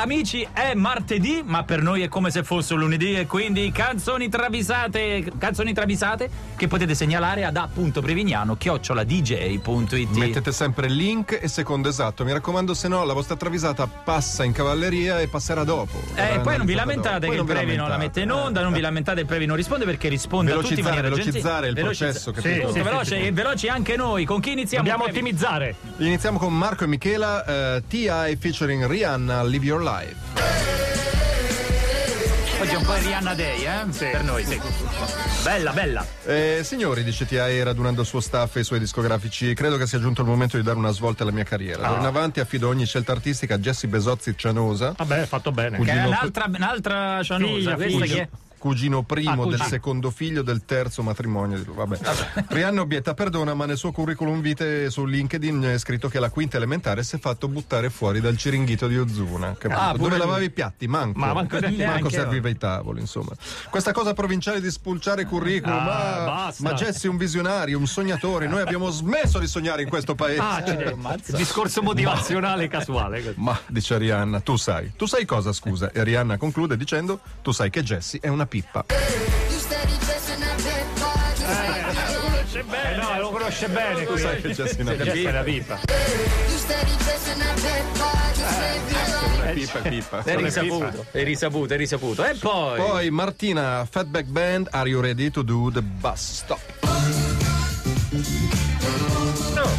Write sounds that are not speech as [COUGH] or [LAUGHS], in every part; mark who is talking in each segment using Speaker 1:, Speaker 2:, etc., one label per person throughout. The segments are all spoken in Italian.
Speaker 1: Amici, è martedì, ma per noi è come se fosse un lunedì e quindi canzoni travisate, canzoni travisate che potete segnalare ad a.prevignano@dj.it.
Speaker 2: Mettete sempre il link e secondo esatto. Mi raccomando, se no la vostra travisata passa in cavalleria e passerà dopo. Verrà
Speaker 1: Eh, poi non vi
Speaker 2: analizzata
Speaker 1: lamentate che
Speaker 2: dopo. Poi
Speaker 1: il
Speaker 2: non vi
Speaker 1: Previ non la mette in
Speaker 2: lamentate.
Speaker 1: onda,
Speaker 2: Eh,
Speaker 1: non vi
Speaker 2: eh.
Speaker 1: lamentate il Previ non risponde perché risponde a tutti in
Speaker 2: Velocizzare,
Speaker 1: maniera gentile.
Speaker 2: velocizzare il
Speaker 1: Velocizza-
Speaker 2: processo,
Speaker 1: Sì,
Speaker 2: capito?
Speaker 1: molto veloce e veloci anche noi. Con chi iniziamo?
Speaker 3: Dobbiamo
Speaker 1: Previ?
Speaker 3: ottimizzare.
Speaker 2: Iniziamo con Marco e Michela, eh, TI featuring Rihanna, Live Your Life.
Speaker 1: Oggi è un po' il Rihanna Day, eh? Per noi, sì. Bella, bella.
Speaker 2: Eh, signori, dice TI radunando il suo staff e i suoi discografici, credo che sia giunto il momento di dare una svolta alla mia
Speaker 1: Ah.
Speaker 2: carriera. D'ora in avanti affido ogni scelta artistica a Jesse Besozzi Cianosa.
Speaker 3: Vabbè, fatto bene.
Speaker 1: Che è
Speaker 2: Gino-
Speaker 1: un'altra, un'altra cianosa.
Speaker 3: Figlia,
Speaker 1: Questa
Speaker 3: figlia.
Speaker 1: chi è?
Speaker 2: Cugino primo
Speaker 3: Ah, cugino.
Speaker 2: del secondo figlio del terzo matrimonio. di lui. Vabbè. Rihanna obietta, perdona, ma nel suo curriculum vitae su LinkedIn è scritto che alla quinta elementare si è fatto buttare fuori dal ciringhito di Ozuna. capito?
Speaker 1: Ah, pure
Speaker 2: Dove
Speaker 1: lui.
Speaker 2: lavavi i piatti? Manco.
Speaker 3: Ma manco-
Speaker 1: neanche,
Speaker 2: serviva i tavoli, insomma. Questa cosa provinciale di spulciare i curriculum.
Speaker 3: Ah,
Speaker 2: ah,
Speaker 3: basta.
Speaker 2: ma Jesse è un visionario, un sognatore. Noi abbiamo smesso di sognare in questo paese.
Speaker 3: Ah, accidenti. Discorso motivazionale casuale.
Speaker 2: Ma dice Rihanna, tu sai. Tu sai cosa, scusa? E Rihanna conclude dicendo: Tu sai che Jesse è una pippa.
Speaker 4: You steady dressing up that boy just like the
Speaker 3: Eh
Speaker 4: old.
Speaker 3: no, lo conosce bene qui.
Speaker 2: sai che Jesse è una pippa.
Speaker 3: Questa è la pipa.
Speaker 4: You steady dressing up that boy just like the
Speaker 3: Eh,
Speaker 4: old.
Speaker 2: Pippa,
Speaker 3: cioè,
Speaker 2: pippa.
Speaker 1: È
Speaker 3: Sono
Speaker 1: risaputo, è risaputo, è risaputo. E poi...
Speaker 2: Poi Martina, Fatback Band, Are You Ready to Do the Bus Stop?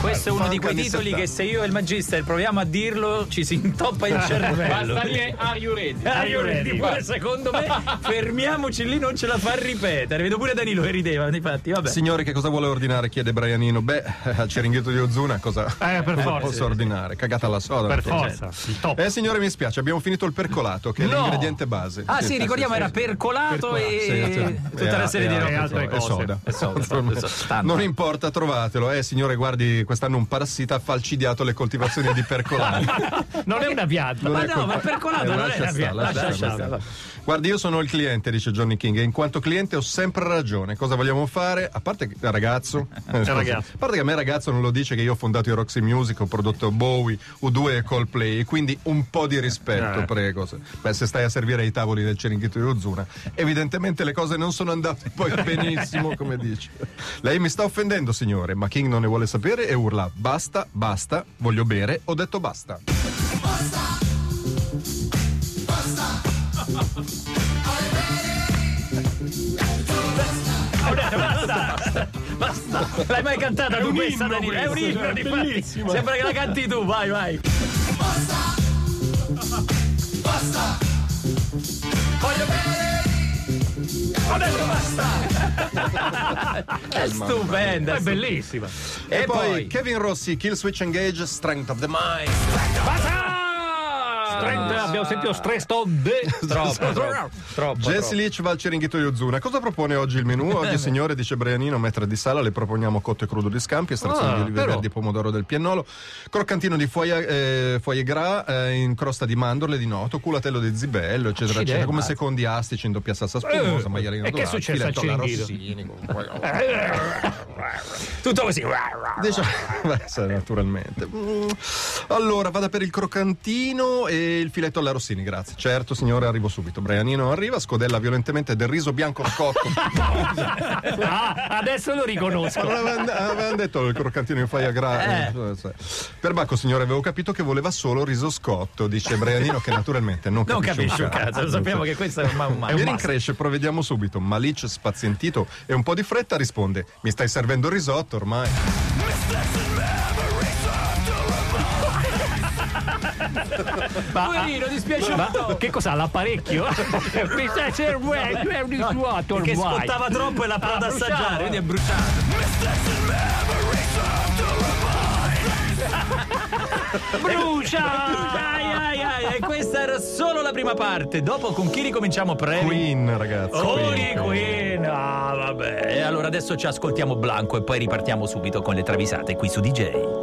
Speaker 1: Questo è uno
Speaker 2: Funk
Speaker 1: di quei
Speaker 2: anni
Speaker 1: titoli
Speaker 2: 70.
Speaker 1: che se io e il magister proviamo a dirlo ci si intoppa il cervello.
Speaker 5: Basta lì, are you ready?
Speaker 1: Ah, Are you ready?
Speaker 3: ready?
Speaker 1: Poi, secondo [LAUGHS] me fermiamoci lì, non ce la fa ripetere. Vedo pure Danilo che rideva, infatti, vabbè.
Speaker 2: Signori, che cosa vuole ordinare? Chiede Brianino. Beh, eh, al Ceringhito di Ozuna cosa
Speaker 3: Eh, per
Speaker 2: cosa
Speaker 3: forza.
Speaker 2: posso ordinare? Cagata alla soda.
Speaker 3: Per
Speaker 2: perché-
Speaker 3: forza. Il top.
Speaker 2: Eh, signore, mi spiace, abbiamo finito il percolato, che è
Speaker 1: No.
Speaker 2: l'ingrediente base. Eh,
Speaker 1: Ah sì, ricordiamo era percolato e tutta la serie di
Speaker 3: e
Speaker 1: robe.
Speaker 3: altre
Speaker 2: E
Speaker 3: cose. Eh,
Speaker 2: soda.
Speaker 1: E soda, soda, soda, standard.
Speaker 2: Non importa, trovatelo. Eh, signore, guardi, quest'anno un parassita ha falcidiato le coltivazioni
Speaker 3: [LAUGHS]
Speaker 2: di percolato.
Speaker 3: Non è una pianta.
Speaker 1: Ma
Speaker 2: è
Speaker 1: no,
Speaker 2: colpa-
Speaker 1: ma percolato
Speaker 2: Eh,
Speaker 1: non
Speaker 2: lascia
Speaker 1: è la
Speaker 2: stare,
Speaker 1: via,
Speaker 2: lascia
Speaker 1: lascia
Speaker 2: stare,
Speaker 1: stare.
Speaker 2: lascia stare. Guardi, io sono il cliente, dice Johnny King, e in quanto cliente ho sempre ragione. Cosa vogliamo fare? A parte che
Speaker 1: [LAUGHS]
Speaker 2: ragazzo, eh, scusa.
Speaker 3: ragazzo.
Speaker 2: a parte che a me ragazzo non lo dice che io ho fondato i Roxy Music, ho prodotto Bowie, U2 e Coldplay, quindi un po' di rispetto,
Speaker 3: Eh.
Speaker 2: prego. Se- Beh, se stai a servire ai tavoli del Ceringhito di Ozuna, evidentemente le cose non sono andate
Speaker 1: [LAUGHS]
Speaker 2: poi benissimo, come dice. Lei mi sta offendendo, signore, ma King non ne vuole sapere e urla: "Basta, basta, voglio bere, ho detto basta".
Speaker 1: Basta. L'hai mai cantata tu
Speaker 3: un
Speaker 1: questa,
Speaker 3: inno
Speaker 1: Danilo? È un
Speaker 3: questo,
Speaker 1: inno,
Speaker 3: cioè,
Speaker 1: infatti.
Speaker 3: bellissimo.
Speaker 1: Sembra che la canti tu, vai, vai. Basta. Basta. Voglio bene. Adesso basta. È stupenda.
Speaker 3: È bellissima.
Speaker 2: E,
Speaker 1: E
Speaker 2: poi,
Speaker 1: poi?
Speaker 2: Kevin Rossi, Kill Switch Engage, Strength of the Mind.
Speaker 1: Ah!
Speaker 3: Strength, abbiamo sentito stress of the-
Speaker 1: Troppo, troppo, troppo.
Speaker 2: Jesse Leach va al Ceringhito di Ozuna. Cosa propone oggi il
Speaker 3: [LAUGHS]
Speaker 2: menù?
Speaker 3: Eh.
Speaker 2: Oggi, signore, dice Brianino, metre di sala, le proponiamo cotto e crudo di scampi, estrazione
Speaker 3: Ah,
Speaker 2: di olive
Speaker 3: però.
Speaker 2: verdi, pomodoro del piennolo, croccantino di foie, eh, foie gras eh, in crosta di mandorle di noto, culatello di zibello, eccetera, eccetera, come secondi astici in doppia salsa spumosa,
Speaker 3: Eh,
Speaker 2: maialino
Speaker 3: e che è
Speaker 2: dorato,
Speaker 3: successo al
Speaker 2: filetto alla
Speaker 3: Ceringhito?
Speaker 2: Rossini,
Speaker 3: Eh.
Speaker 1: Tutto così.
Speaker 2: Diciamo, [LAUGHS] beh, sì, naturalmente. Mm. Allora, vada per il croccantino e il filetto alla Rossini, grazie. Certo, signore, arrivo subito. Brianino arriva, scodella violentemente del riso bianco
Speaker 1: [LAUGHS]
Speaker 2: scotto.
Speaker 3: Ah, adesso lo riconosco.
Speaker 2: Avevano avevano detto il croccantino in faia
Speaker 1: Eh.
Speaker 2: grave. Per Bacco, signore, avevo capito che voleva solo riso scotto, dice Brianino, che naturalmente non,
Speaker 1: Non
Speaker 2: capisce
Speaker 1: capisci un cazzo, lo sappiamo che questo è ormai un
Speaker 2: E
Speaker 1: male.
Speaker 2: mi rincresce, provvediamo subito. Malice, spazientito e un po' di fretta, risponde: Mi stai servendo il risotto ormai.
Speaker 1: Poverino, dispiace
Speaker 3: Ma che cos'ha? L'apparecchio? Mi sta servendo, è un risotto
Speaker 1: che
Speaker 3: ormai.
Speaker 1: scottava troppo e l'ha provato ad
Speaker 3: bruciava.
Speaker 1: assaggiare, quindi è bruciato.
Speaker 3: Brucia!
Speaker 1: Ai ai ai, e questa era solo la prima parte. Dopo con chi ricominciamo Previ?
Speaker 2: Queen, ragazzi.
Speaker 1: Cori Queen. Ah, vabbè. E allora adesso ci ascoltiamo Blanco e poi ripartiamo subito con le travisate qui su DJ.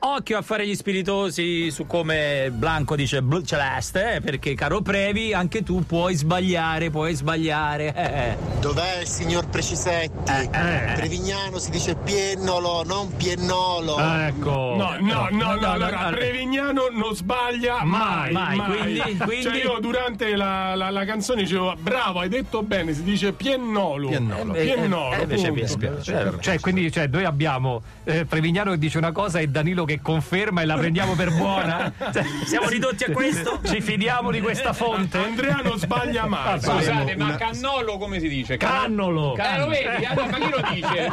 Speaker 3: Ho
Speaker 1: occhio a fare gli spiritosi su come Blanco dice blu celeste, eh, perché caro Previ, anche tu puoi sbagliare, puoi sbagliare. eh.
Speaker 5: Dov'è il signor Precisetti? Prevignano si dice piennolo, non piennolo.
Speaker 3: Ah.
Speaker 1: Ecco.
Speaker 6: No, no, no, no, allora,
Speaker 1: no.
Speaker 6: Prevignano non sbaglia mai,
Speaker 1: Mai,
Speaker 6: mai.
Speaker 1: quindi- quindi-
Speaker 6: Cioè io durante la, la- la canzone dicevo, bravo, hai detto bene, si dice piennolo.
Speaker 2: Piennolo.
Speaker 1: Eh, eh,
Speaker 6: Piennolo,
Speaker 1: eh, invece
Speaker 6: punto.
Speaker 1: mi dispiace.
Speaker 2: Cioè,
Speaker 3: Cioè, quindi cioè, noi abbiamo eh, Prevignano che dice una cosa e Danilo che conferma e la prendiamo per buona. Cioè,
Speaker 1: Siamo ridotti a [LAUGHS] questo?
Speaker 3: ci fidiamo di questa
Speaker 1: eh.
Speaker 3: fonte.
Speaker 6: Andrea non sbaglia mai.
Speaker 2: Vabbè.
Speaker 7: Scusate, ma
Speaker 2: una-
Speaker 7: cannolo come si dice?
Speaker 3: Cannolo!
Speaker 7: Eh, lo vedi? allora, ma chi lo [LAUGHS] dice?
Speaker 1: Eh,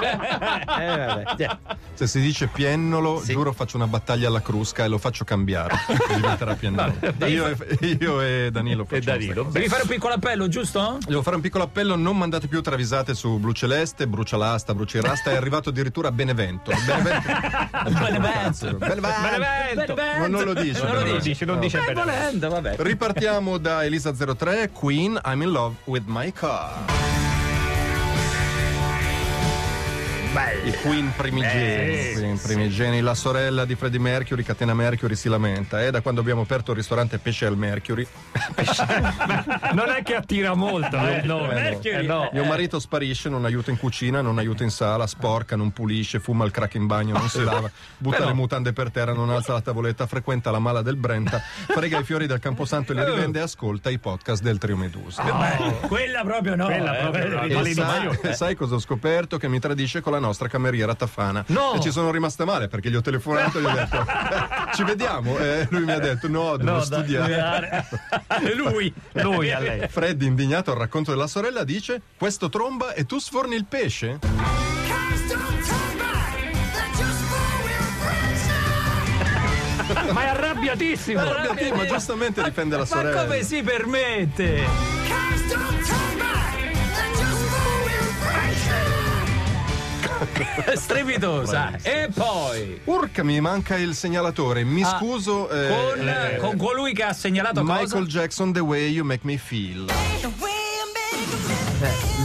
Speaker 1: vabbè, cioè,
Speaker 2: Se si dice piennolo, giuro faccio una battaglia alla crusca e lo faccio [LAUGHS] cambiare. Diventerà piennolo. Io e, io e Danilo facciamo questa cosa.
Speaker 1: Devi fare un piccolo appello, giusto?
Speaker 2: Devo fare un piccolo appello, non mandate più travisate su Blu Celeste, Brucia l'asta, Brucia il Rasta, è arrivato addirittura a [LAUGHS] Benevento. Benevento.
Speaker 1: Benevento.
Speaker 2: Benevento. Ma non lo dice,
Speaker 1: Non lo
Speaker 2: però.
Speaker 1: dice.
Speaker 3: Dice, non dice
Speaker 1: Eh,
Speaker 3: bene.
Speaker 1: volendo, vabbè.
Speaker 2: Ripartiamo da Elisa03, Queen, I'm in love with my car. I Queen primigeni, Queen primigeni. la sorella di Freddie Mercury, Catena Mercury, si lamenta. Eh, da quando abbiamo aperto il ristorante Pesce al Mercury,
Speaker 3: Non è che attira molto, eh, no,
Speaker 1: Mercury.
Speaker 3: eh, no.
Speaker 2: mio marito sparisce, non aiuta in cucina, non aiuta in sala, sporca, non pulisce, fuma il crack in bagno, non si lava, butta le mutande per terra, non alza la tavoletta, frequenta la mala del Brenta, frega i fiori del Camposanto e li rivende e ascolta i podcast del Trio Medusa.
Speaker 1: Quella proprio no.
Speaker 3: Quella proprio no.
Speaker 1: eh,
Speaker 2: E
Speaker 3: Ma lì domani
Speaker 2: sai, sai cosa ho scoperto? Che mi tradisce con la nostra cameriera Tafana.
Speaker 3: No!
Speaker 2: E ci sono rimasta male perché gli ho telefonato e gli ho detto "Eh, ci vediamo. E lui mi ha detto no, devo
Speaker 3: No, da-
Speaker 2: studiare.
Speaker 1: [LAUGHS] Lui.
Speaker 3: Lui a lei.
Speaker 2: Freddy, indignato al racconto della sorella, dice questo tromba e tu sforni il pesce?
Speaker 3: Ma è arrabbiatissimo!
Speaker 2: Arrabbiati, ma giustamente difende la
Speaker 1: Ma
Speaker 2: sorella.
Speaker 1: come si permette? [LAUGHS] Strepitosa. E poi
Speaker 2: Urca, mi manca il segnalatore. Mi
Speaker 1: Ah,
Speaker 2: scuso eh,
Speaker 1: con,
Speaker 2: eh,
Speaker 1: con colui che ha segnalato
Speaker 2: Michael
Speaker 1: cosa?
Speaker 2: Jackson, The Way You Make Me Feel.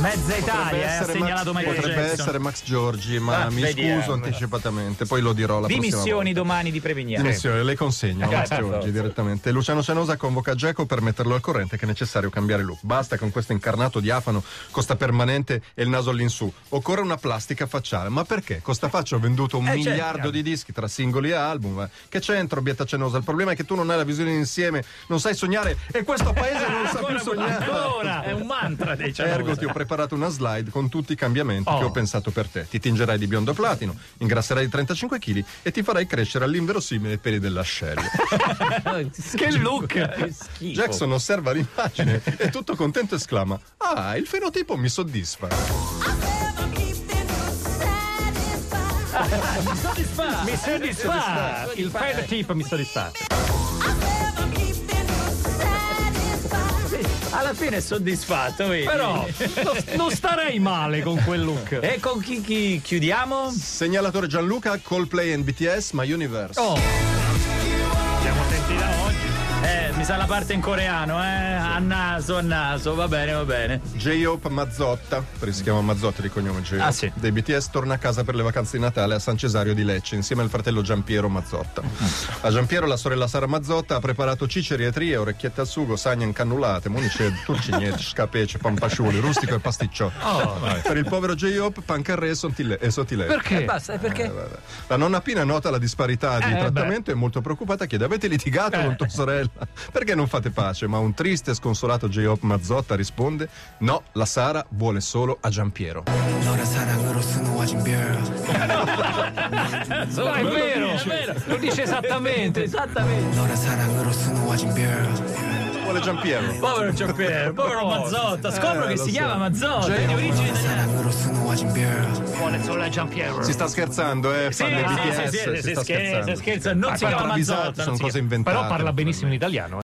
Speaker 1: Mezza
Speaker 2: Potrebbe
Speaker 1: Italia eh, ha
Speaker 2: essere
Speaker 1: segnalato
Speaker 2: Max-
Speaker 1: Michael
Speaker 2: potrebbe
Speaker 1: Jackson.
Speaker 2: essere Max Giorgi, ma
Speaker 1: Ah,
Speaker 2: mi
Speaker 1: vediamo.
Speaker 2: scuso anticipatamente, poi lo dirò la prossima volta.
Speaker 1: Dimissioni domani di Prevignano.
Speaker 2: Dimissioni, le consegno a Max
Speaker 1: per
Speaker 2: Giorgi direttamente. Luciano Cianosa convoca Geco per metterlo al corrente che è necessario cambiare look. Basta con questo incarnato diafano, costa permanente e il naso all'insù. Occorre una plastica facciale. Ma perché? Costa faccia ho venduto un
Speaker 1: Eh, certo.
Speaker 2: miliardo di dischi tra singoli e album. eh. Che c'entra, Bietta Cianosa? Il problema è che tu non hai la visione insieme, non sai sognare e questo paese non sa più sognare.
Speaker 1: Ah, Ancora, è un mantra diciamo. dei
Speaker 2: Ergo ti ho preparato una slide con tutti i cambiamenti che ho pensato per te. Ti tingerai di biondo platino, ingrasserai di 35 kg e ti farai crescere all'inverosimile i peli dell'ascella.
Speaker 1: Che look! Schifo.
Speaker 2: Jackson osserva l'immagine e tutto contento esclama: Ah, il fenotipo mi soddisfa.
Speaker 3: Mi soddisfa! Il fenotipo mi soddisfa.
Speaker 1: Alla fine è soddisfatto, vedi?
Speaker 3: Però non- non starei male con quel look.
Speaker 1: E con chi, chi chiudiamo?
Speaker 2: Segnalatore Gianluca, Coldplay and BTS, My Universe.
Speaker 1: Oh. Eh, mi sa la parte in coreano, eh? A naso, a naso, va bene, va bene.
Speaker 2: J-Hope Mazzotta, perché si chiama Mazzotta di cognome J-Hope,
Speaker 1: Ah, sì.
Speaker 2: dei BTS torna a casa per le vacanze di Natale a San Cesario di Lecce insieme al fratello Giampiero Mazzotta.
Speaker 1: Mm.
Speaker 2: A Giampiero la sorella Sara Mazzotta ha preparato ciceri e trie, orecchiette al sugo, sagne incannulate, munice, turcinetti, scapece, pampasciuli, rustico e pasticciotto. Per il povero J-Hope pancarre e sottile- e sottiletto.
Speaker 1: Eh,
Speaker 3: Perché?
Speaker 1: basta, eh, Oh, perché?
Speaker 2: Vabbè. La nonna Pina nota la disparità
Speaker 1: Eh,
Speaker 2: di trattamento e è molto preoccupata chiede avete litigato con tua sorella? Perché non fate pace? Ma un triste e sconsolato J-Hop Mazzotta risponde no, la Sara vuole solo a Giampiero.
Speaker 3: No, è vero!
Speaker 1: È vero.
Speaker 3: Lo dice Esatto, esattamente.
Speaker 1: Esattamente.
Speaker 2: Vuole Giampiero.
Speaker 1: Povero Giampiero, povero Mazzotta. Scopro che
Speaker 2: lo
Speaker 1: si
Speaker 2: so.
Speaker 1: chiama Mazzotta, è di origine italiana.
Speaker 3: Vuole solo Giampiero.
Speaker 2: Si sta scherzando, eh?
Speaker 1: Sì,
Speaker 2: fan del
Speaker 1: sì,
Speaker 2: BTS,
Speaker 1: sì, sì,
Speaker 2: si
Speaker 1: si scherza,
Speaker 2: sta scherzando.
Speaker 1: si scherza, non si
Speaker 2: Parla
Speaker 1: chiama
Speaker 2: travisato,
Speaker 1: Mazzotta. non
Speaker 2: sono
Speaker 1: si
Speaker 2: cose
Speaker 1: chiama-
Speaker 2: inventate.
Speaker 3: Però parla benissimo in italiano.